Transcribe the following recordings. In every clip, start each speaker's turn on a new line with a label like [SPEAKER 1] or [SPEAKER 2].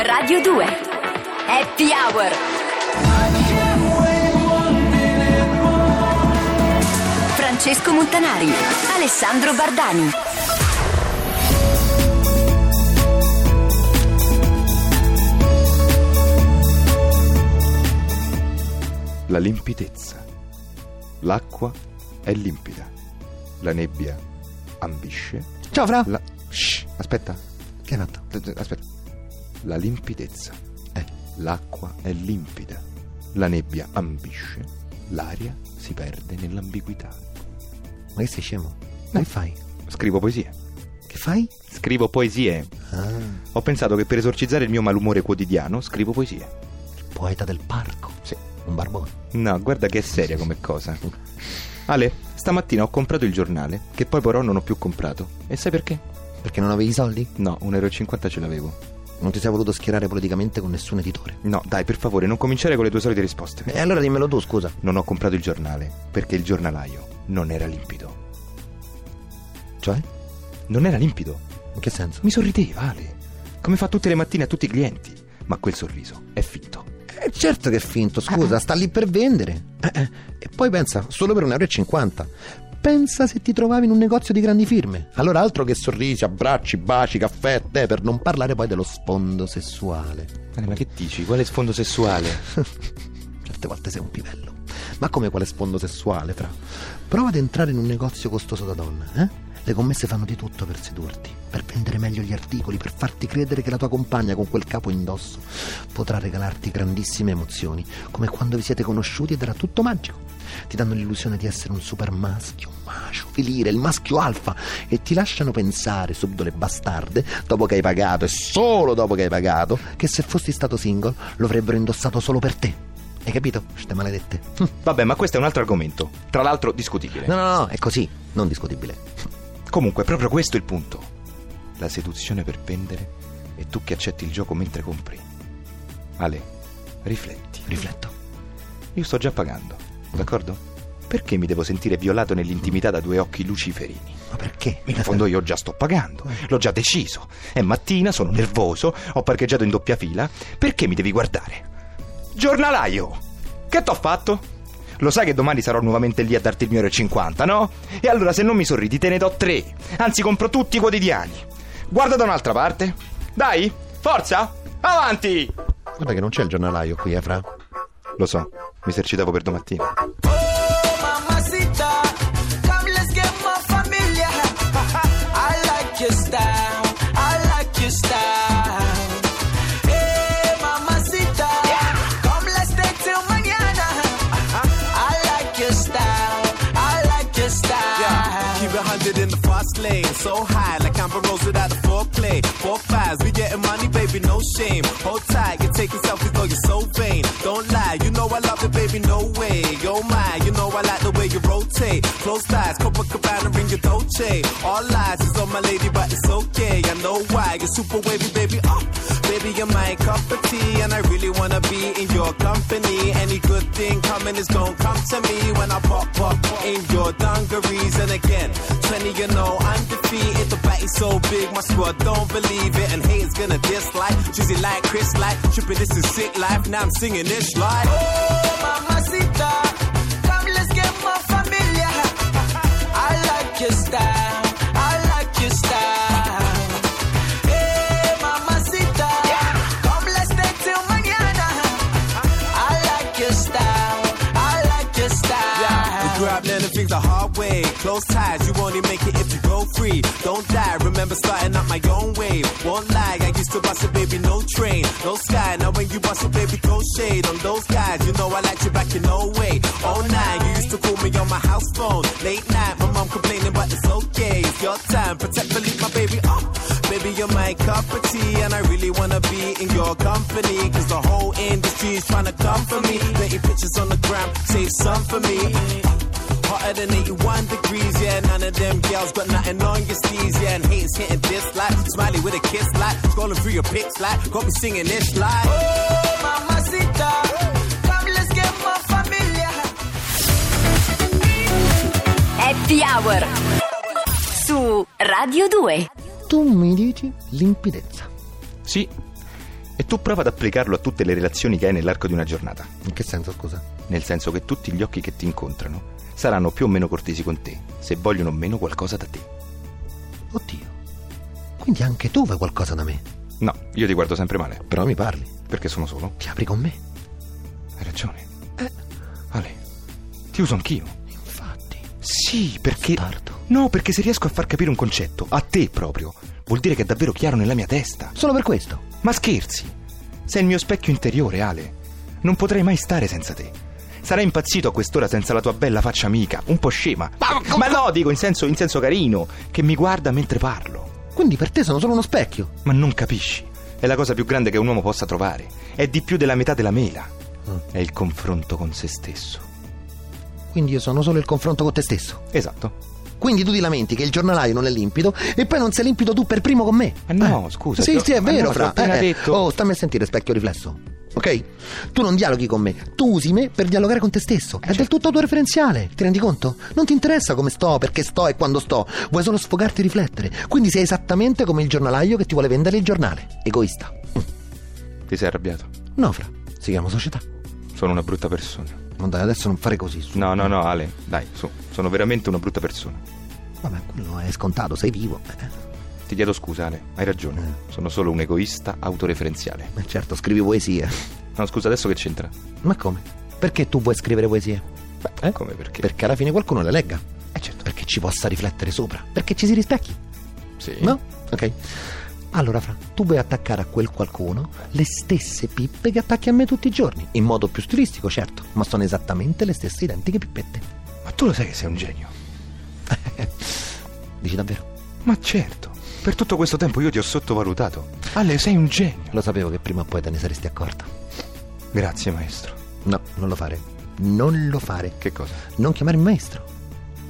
[SPEAKER 1] Radio 2 Happy Hour Francesco Montanari Alessandro Bardani
[SPEAKER 2] La limpidezza. L'acqua è limpida. La nebbia ambisce.
[SPEAKER 3] Ciao Fra.
[SPEAKER 2] La... Shh, aspetta,
[SPEAKER 3] Che hai fatto?
[SPEAKER 2] aspetta. La limpidezza. Eh, L'acqua è limpida. La nebbia ambisce. L'aria si perde nell'ambiguità.
[SPEAKER 3] Ma che sei scemo? Che fai?
[SPEAKER 2] Scrivo poesie.
[SPEAKER 3] Che fai?
[SPEAKER 2] Scrivo poesie.
[SPEAKER 3] Ah,
[SPEAKER 2] Ho pensato che per esorcizzare il mio malumore quotidiano scrivo poesie.
[SPEAKER 3] il poeta del parco.
[SPEAKER 2] Sì.
[SPEAKER 3] Un barbone.
[SPEAKER 2] No, guarda che è seria come cosa. Ale, stamattina ho comprato il giornale, che poi però non ho più comprato. E sai perché?
[SPEAKER 3] Perché non avevi i soldi?
[SPEAKER 2] No, 1,50 euro ce l'avevo.
[SPEAKER 3] Non ti sei voluto schierare politicamente con nessun editore.
[SPEAKER 2] No, dai, per favore, non cominciare con le tue solite risposte.
[SPEAKER 3] E allora dimmelo tu, scusa.
[SPEAKER 2] Non ho comprato il giornale, perché il giornalaio non era limpido.
[SPEAKER 3] Cioè?
[SPEAKER 2] Non era limpido.
[SPEAKER 3] In che senso?
[SPEAKER 2] Mi sorrideva, Ale. Come fa tutte le mattine a tutti i clienti. Ma quel sorriso è finto.
[SPEAKER 3] Eh, certo che è finto, scusa, sta lì per vendere. Eh, eh. E poi pensa, solo per 1,50 euro. Pensa se ti trovavi in un negozio di grandi firme. Allora altro che sorrisi, abbracci, baci, caffè, tè, per non parlare poi dello sfondo sessuale.
[SPEAKER 2] Ale, ma che dici? Quale sfondo sessuale?
[SPEAKER 3] Certe volte sei un pivello. Ma come quale sfondo sessuale, fra? Prova ad entrare in un negozio costoso da donna, eh? Le commesse fanno di tutto per sedurti, per vendere meglio gli articoli, per farti credere che la tua compagna con quel capo indosso potrà regalarti grandissime emozioni, come quando vi siete conosciuti ed era tutto magico. Ti danno l'illusione di essere un super maschio, un macio, filire, il maschio alfa e ti lasciano pensare, subdole bastarde, dopo che hai pagato e solo dopo che hai pagato, che se fossi stato single lo avrebbero indossato solo per te. Hai capito? Ste maledette.
[SPEAKER 2] Vabbè, ma questo è un altro argomento. Tra l'altro discutibile.
[SPEAKER 3] No, no, no, è così, non discutibile.
[SPEAKER 2] Comunque, è proprio questo il punto. La seduzione per vendere e tu che accetti il gioco mentre compri. Ale, rifletti.
[SPEAKER 3] Rifletto.
[SPEAKER 2] Io sto già pagando, d'accordo? Perché mi devo sentire violato nell'intimità da due occhi luciferini?
[SPEAKER 3] Ma perché?
[SPEAKER 2] In fondo io già sto pagando, l'ho già deciso. È mattina, sono nervoso, ho parcheggiato in doppia fila. Perché mi devi guardare? Giornalaio! Che t'ho fatto? Lo sai che domani sarò nuovamente lì a darti il mio 1,50, no? E allora se non mi sorridi te ne do tre. Anzi, compro tutti i quotidiani. Guarda da un'altra parte. Dai, forza! Avanti!
[SPEAKER 3] Guarda che non c'è il giornalaio qui, eh, Fra.
[SPEAKER 2] Lo so, mi esercitavo per domattina.
[SPEAKER 4] Mamacita, come let's get my familia. I like your style, I like your style. Hey, mamacita, come let's stay till mañana. I like your style, I like your style.
[SPEAKER 5] Yeah, keep it hundred in the fast lane. So high, like Amber Rose without the foreplay. Four fives, we getting money, baby, no shame. Hold tight, you're taking selfies, though you're so vain. Don't lie, you know I love it, baby, no way. Yo, my, you know I like the way you rotate. Close ties, Copacabana, ring your Dolce. All lies is on my lady, but it's okay. I know why, you're super wavy, baby. Oh, baby, you're my cup of tea, and I really wanna be in your company. Any good thing coming is gonna come to me when I pop pop in your dungarees. And again, 20 you know I'm defeated. The body's so big, my squad don't believe it. And haters gonna dislike, choosy like Chris like tripping. This is sick life. Now I'm singing this like.
[SPEAKER 4] Oh, mamacita, come let's get my familia. I like your style, I like your style. Hey, mamacita, come let's stay till mañana. I like your style, I like your style.
[SPEAKER 5] You grab learning things the hard way. Close ties, you only make it if you go free. Don't die, remember starting up my own way. Won't lie, I used to bust it, baby, no train, no sky. Now when you bust it, baby, go shade on those guys. You know I like you back in no way. Oh nine, you used to call me on my house phone. Late night, my mom complaining, but it's okay. It's your time, protect, believe my baby. Oh, baby, you're my cup of tea, and I really wanna be in your company. Cause the whole industry's trying to come for me. Dirty pictures on the gram, save some for me. Hotter than 81 degrees, yeah. None of them girls got nothing on your steez, yeah. And haters hitting this like, smiley with a kiss like, scrolling through your pics like, got me singing this like.
[SPEAKER 4] Oh, mamacita, come let's get my familia.
[SPEAKER 1] Happy Hour su Radio 2
[SPEAKER 3] Tu mi dici limpidezza.
[SPEAKER 2] Sì. E Tu prova ad applicarlo a tutte le relazioni che hai nell'arco di una giornata,
[SPEAKER 3] In che senso, scusa?
[SPEAKER 2] nel senso che tutti gli occhi che ti incontrano saranno più o meno cortesi con te, se vogliono o meno qualcosa da te.
[SPEAKER 3] Oddio. Quindi anche tu vuoi qualcosa da me.
[SPEAKER 2] No, io ti guardo sempre male,
[SPEAKER 3] Però mi parli.
[SPEAKER 2] perché sono solo.
[SPEAKER 3] Ti apri con me.
[SPEAKER 2] Hai ragione. Ale, ti uso anch'io.
[SPEAKER 3] Infatti.
[SPEAKER 2] Sì, perché...
[SPEAKER 3] Bastardo.
[SPEAKER 2] No, perché se riesco a far capire un concetto, a te proprio, vuol dire che è davvero chiaro nella mia testa.
[SPEAKER 3] Solo per questo.
[SPEAKER 2] Ma scherzi? Sei il mio specchio interiore, Ale. Non potrei mai stare senza te. Sarai impazzito a quest'ora senza la tua bella faccia amica, un po' scema. Ma, no, dico in senso, in senso carino, che mi guarda mentre parlo.
[SPEAKER 3] Quindi per te sono solo uno specchio.
[SPEAKER 2] Ma non capisci. È la cosa più grande che un uomo possa trovare. È di più della metà della mela. È il confronto con se stesso.
[SPEAKER 3] Quindi io sono solo il confronto con te stesso.
[SPEAKER 2] Esatto.
[SPEAKER 3] Quindi tu ti lamenti che il giornalaio non è limpido e poi non sei limpido tu per primo con me. Eh.
[SPEAKER 2] Ma Eh, no, scusa,
[SPEAKER 3] Sì,
[SPEAKER 2] però-
[SPEAKER 3] sì, è
[SPEAKER 2] ma
[SPEAKER 3] vero,
[SPEAKER 2] no,
[SPEAKER 3] Fra.
[SPEAKER 2] l'ho appena detto.
[SPEAKER 3] Oh, stammi a sentire, specchio riflesso. Ok? Tu non dialoghi con me, tu usi me per dialogare con te stesso.
[SPEAKER 2] Eh,
[SPEAKER 3] È
[SPEAKER 2] certo.
[SPEAKER 3] del tutto autoreferenziale, ti rendi conto? Non ti interessa come sto, perché sto e quando sto. Vuoi solo sfogarti e riflettere. Quindi sei esattamente come il giornalaio che ti vuole vendere il giornale. Egoista.
[SPEAKER 2] Ti sei arrabbiato?
[SPEAKER 3] No, Fra. Si chiama società.
[SPEAKER 2] Sono una brutta persona.
[SPEAKER 3] Ma dai, adesso non fare così. Su.
[SPEAKER 2] No, no, no, Ale, dai, su. Sono veramente una brutta persona.
[SPEAKER 3] Vabbè, quello è scontato, sei vivo. Eh,
[SPEAKER 2] Ti chiedo scusa, Ale, hai ragione. Sono solo un egoista autoreferenziale.
[SPEAKER 3] ma certo, scrivi poesie.
[SPEAKER 2] No, scusa, adesso che c'entra?
[SPEAKER 3] Ma come? Perché tu vuoi scrivere poesie?
[SPEAKER 2] Beh, come perché?
[SPEAKER 3] Perché alla fine qualcuno le legga. Eh certo, perché ci possa riflettere sopra. Perché ci si rispecchi.
[SPEAKER 2] Sì.
[SPEAKER 3] No? Ok. Allora, Fra, tu vuoi attaccare a quel qualcuno le stesse pippe che attacchi a me tutti i giorni. In modo più stilistico, certo, ma sono esattamente le stesse identiche pippette.
[SPEAKER 2] Ma tu lo sai che sei un genio?
[SPEAKER 3] Dici davvero?
[SPEAKER 2] Ma certo. Per tutto questo tempo io ti ho sottovalutato. Ale, sei un genio.
[SPEAKER 3] Lo sapevo che prima o poi te ne saresti accorta.
[SPEAKER 2] Grazie, maestro.
[SPEAKER 3] No, non lo fare. Non lo fare.
[SPEAKER 2] Che cosa?
[SPEAKER 3] Non chiamare il maestro.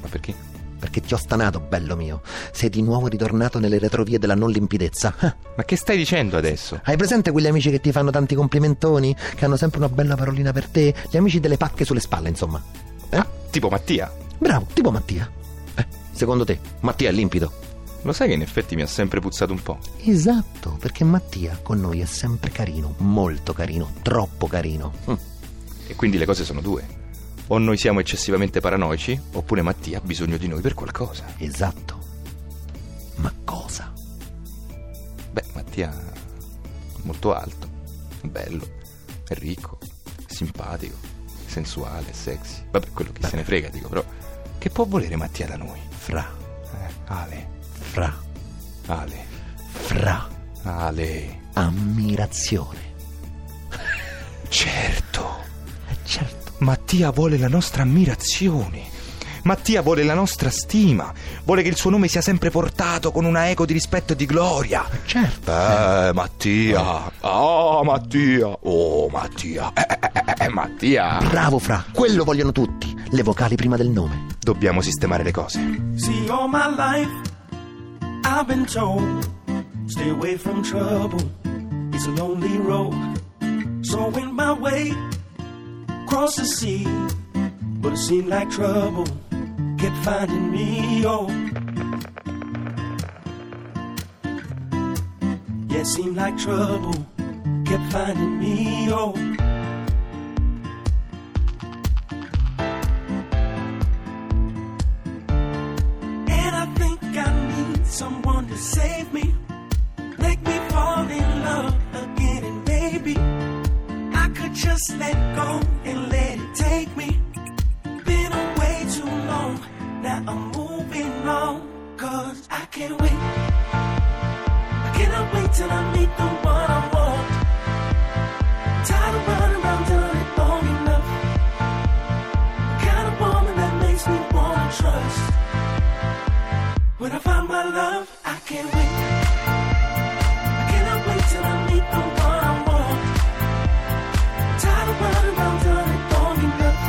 [SPEAKER 2] Ma perché?
[SPEAKER 3] Perché ti ho stanato, bello mio. Sei di nuovo ritornato nelle retrovie della non limpidezza. Ah,
[SPEAKER 2] Ma che stai dicendo adesso?
[SPEAKER 3] Hai presente quegli amici che ti fanno tanti complimentoni? Che hanno sempre una bella parolina per te? Gli amici delle pacche sulle spalle, insomma. Eh?
[SPEAKER 2] Ah, tipo Mattia.
[SPEAKER 3] Bravo, tipo Mattia. Eh, secondo te, Mattia è limpido?
[SPEAKER 2] Lo sai che in effetti mi ha sempre puzzato un po'.
[SPEAKER 3] Esatto, perché Mattia con noi è sempre carino, molto carino, troppo carino. Mm.
[SPEAKER 2] E quindi le cose sono due. O noi siamo eccessivamente paranoici, oppure Mattia ha bisogno di noi per qualcosa.
[SPEAKER 3] Esatto. Ma cosa?
[SPEAKER 2] Beh, Mattia è molto alto, è bello, è ricco, è simpatico, è sensuale, è sexy. Vabbè, quello che se ne frega, dico, però. Che può volere Mattia da noi?
[SPEAKER 3] Fra,
[SPEAKER 2] Eh, Ale,
[SPEAKER 3] fra,
[SPEAKER 2] Ale,
[SPEAKER 3] fra.
[SPEAKER 2] Ale.
[SPEAKER 3] Ammirazione.
[SPEAKER 2] Certo,
[SPEAKER 3] Eh, certo.
[SPEAKER 2] Mattia vuole la nostra ammirazione. Mattia vuole la nostra stima, vuole che il suo nome sia sempre portato con una eco di rispetto e di gloria.
[SPEAKER 3] Certo.
[SPEAKER 2] Eh, Mattia, oh Mattia, oh Mattia, eh, eh, eh, eh, Mattia.
[SPEAKER 3] Bravo, fra. Quello vogliono tutti. Le vocali prima del nome.
[SPEAKER 2] Dobbiamo sistemare le cose.
[SPEAKER 6] See, all my life I've been told stay away from trouble. It's a lonely road. So I went my way across the sea, but it seemed like trouble kept finding me. Oh, yeah, it seemed like trouble kept finding me. Oh. And I think I need someone to save me. Make me fall in love again, and maybe I could just let go and let it take me. Been away too long, now I'm moving on. Cause I can't wait. I cannot wait till I meet the one I want. Tired of running around, done it long enough. Kind of woman that makes me wanna trust. When I find my love, I can't wait. I cannot wait till I meet the one I want. Tired of running around, done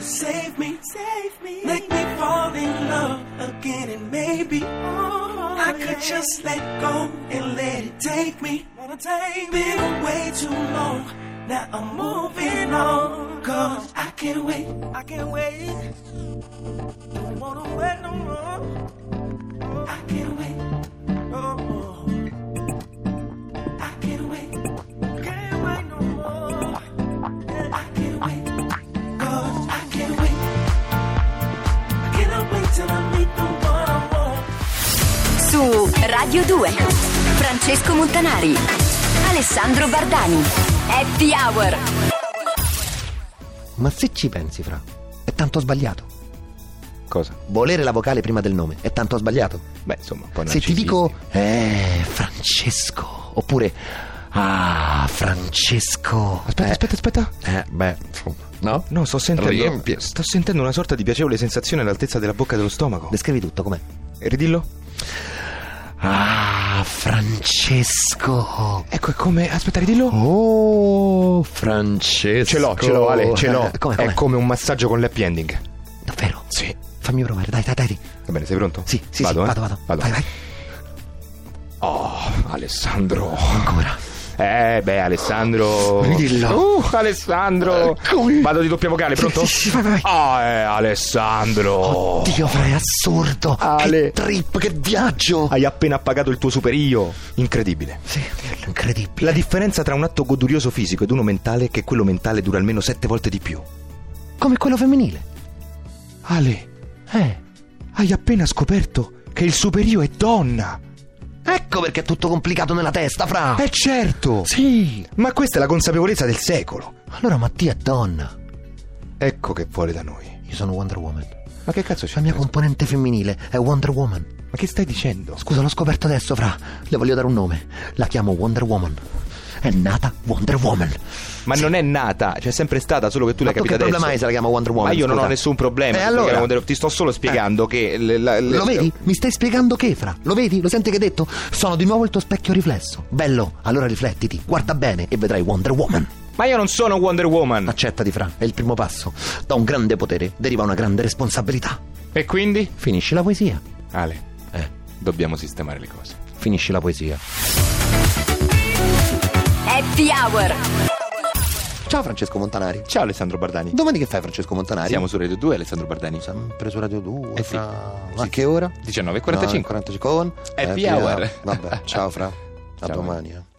[SPEAKER 6] save me, save me, make me fall in love again, and maybe oh, I could just let go and let it take me. Been away too long, now I'm moving on, cause I can't wait, I can't wait, don't wanna wait no more, I can't wait. Oh, I can't wait, can't wait no more. I can't wait, 'cause I can't wait. I cannot wait till I meet the one I want.
[SPEAKER 1] Su Radio 2. Francesco Montanari. Alessandro Bardani. Happy Hour.
[SPEAKER 3] Ma se ci pensi, Fra, è tanto sbagliato.
[SPEAKER 2] Cosa?
[SPEAKER 3] Volere la vocale prima del nome è tanto sbagliato.
[SPEAKER 2] Beh, insomma, un po'
[SPEAKER 3] Se ti
[SPEAKER 2] narcisisti.
[SPEAKER 3] dico, eh, Francesco, oppure, ah, Francesco.
[SPEAKER 2] Aspetta,
[SPEAKER 3] eh,
[SPEAKER 2] aspetta, aspetta.
[SPEAKER 3] Eh, beh, insomma, no?
[SPEAKER 2] No, sto sentendo.
[SPEAKER 3] Riempie.
[SPEAKER 2] Sto sentendo una sorta di piacevole sensazione all'altezza della bocca e dello stomaco.
[SPEAKER 3] Descrivi tutto, com'è?
[SPEAKER 2] Ridillo?
[SPEAKER 3] Ah, Francesco.
[SPEAKER 2] Ecco, è come. Aspetta, ridillo.
[SPEAKER 3] Oh, Francesco.
[SPEAKER 2] Eh, Ce l'ho, ce l'ho, Ale, ce l'ho.
[SPEAKER 3] Eh, Come,
[SPEAKER 2] È
[SPEAKER 3] come?
[SPEAKER 2] come un massaggio con l'happy ending.
[SPEAKER 3] Davvero?
[SPEAKER 2] Sì.
[SPEAKER 3] Fammi provare, dai, dai, dai.
[SPEAKER 2] Va bene, sei pronto?
[SPEAKER 3] Sì, sì,
[SPEAKER 2] vado,
[SPEAKER 3] sì,
[SPEAKER 2] eh?
[SPEAKER 3] vado, vado. Vai, vai.
[SPEAKER 2] Oh, Alessandro.
[SPEAKER 3] Ancora.
[SPEAKER 2] Eh, beh, Alessandro.
[SPEAKER 3] Dillo.
[SPEAKER 2] Uh, Alessandro.
[SPEAKER 3] Eh, come?
[SPEAKER 2] Vado di doppia vocale,
[SPEAKER 3] Sì,
[SPEAKER 2] pronto?
[SPEAKER 3] sì, sì, vai, vai.
[SPEAKER 2] Ah, eh, Alessandro.
[SPEAKER 3] Dio, fra, è assurdo.
[SPEAKER 2] Oh. Ale.
[SPEAKER 3] Che trip, che viaggio.
[SPEAKER 2] Hai appena pagato il tuo super io. Incredibile.
[SPEAKER 3] Sì, incredibile.
[SPEAKER 2] La differenza tra un atto godurioso fisico ed uno mentale è che quello mentale dura almeno sette volte di più.
[SPEAKER 3] Come quello femminile.
[SPEAKER 2] Ale,
[SPEAKER 3] Eh.
[SPEAKER 2] hai appena scoperto che il superio è donna.
[SPEAKER 3] Ecco perché è tutto complicato nella testa, fra.
[SPEAKER 2] Eh certo!
[SPEAKER 3] Sì.
[SPEAKER 2] Ma questa è la consapevolezza del secolo.
[SPEAKER 3] Allora Mattia è donna.
[SPEAKER 2] Ecco che vuole da noi.
[SPEAKER 3] Io sono Wonder Woman.
[SPEAKER 2] Ma che cazzo c'è?
[SPEAKER 3] La mia componente femminile è Wonder Woman.
[SPEAKER 2] Ma che stai dicendo?
[SPEAKER 3] Scusa, l'ho scoperto adesso, fra. Le voglio dare un nome. La chiamo Wonder Woman. È nata Wonder Woman.
[SPEAKER 2] Ma non è nata, c'è sempre stata, solo che tu l'hai
[SPEAKER 3] tu che
[SPEAKER 2] capita adesso.
[SPEAKER 3] problema hai se la chiama Wonder Woman,
[SPEAKER 2] Ma io non
[SPEAKER 3] scusa?
[SPEAKER 2] ho nessun problema.
[SPEAKER 3] Eh,
[SPEAKER 2] se la
[SPEAKER 3] allora? Eh.
[SPEAKER 2] chiamo Wonder- Ti sto solo spiegando che. le- la- le-
[SPEAKER 3] Lo vedi? Mi stai spiegando che, fra? Lo vedi? Lo senti che hai detto? Sono di nuovo il tuo specchio riflesso. Bello, allora riflettiti, guarda bene e vedrai Wonder Woman.
[SPEAKER 2] Ma io non sono Wonder Woman.
[SPEAKER 3] Accettati, fra, è il primo passo. Da un grande potere deriva una grande responsabilità.
[SPEAKER 2] E quindi?
[SPEAKER 3] Finisci la poesia.
[SPEAKER 2] Ale,
[SPEAKER 3] Eh,
[SPEAKER 2] dobbiamo sistemare le cose.
[SPEAKER 3] finisci la poesia.
[SPEAKER 1] Happy Hour.
[SPEAKER 3] Ciao Francesco Montanari.
[SPEAKER 2] Ciao Alessandro Bardani.
[SPEAKER 3] Domani che fai Francesco Montanari?
[SPEAKER 2] Siamo su Radio 2, Alessandro Bardani.
[SPEAKER 3] sempre su Radio 2.
[SPEAKER 2] Eh sì.
[SPEAKER 3] fra-
[SPEAKER 2] Sì,
[SPEAKER 3] A
[SPEAKER 2] sì.
[SPEAKER 3] che ora?
[SPEAKER 2] 19.45.
[SPEAKER 3] No, 45 con Eh,
[SPEAKER 2] Happy hour.
[SPEAKER 3] Vabbè, ciao Fra. A
[SPEAKER 2] Ciao.
[SPEAKER 3] domani. eh.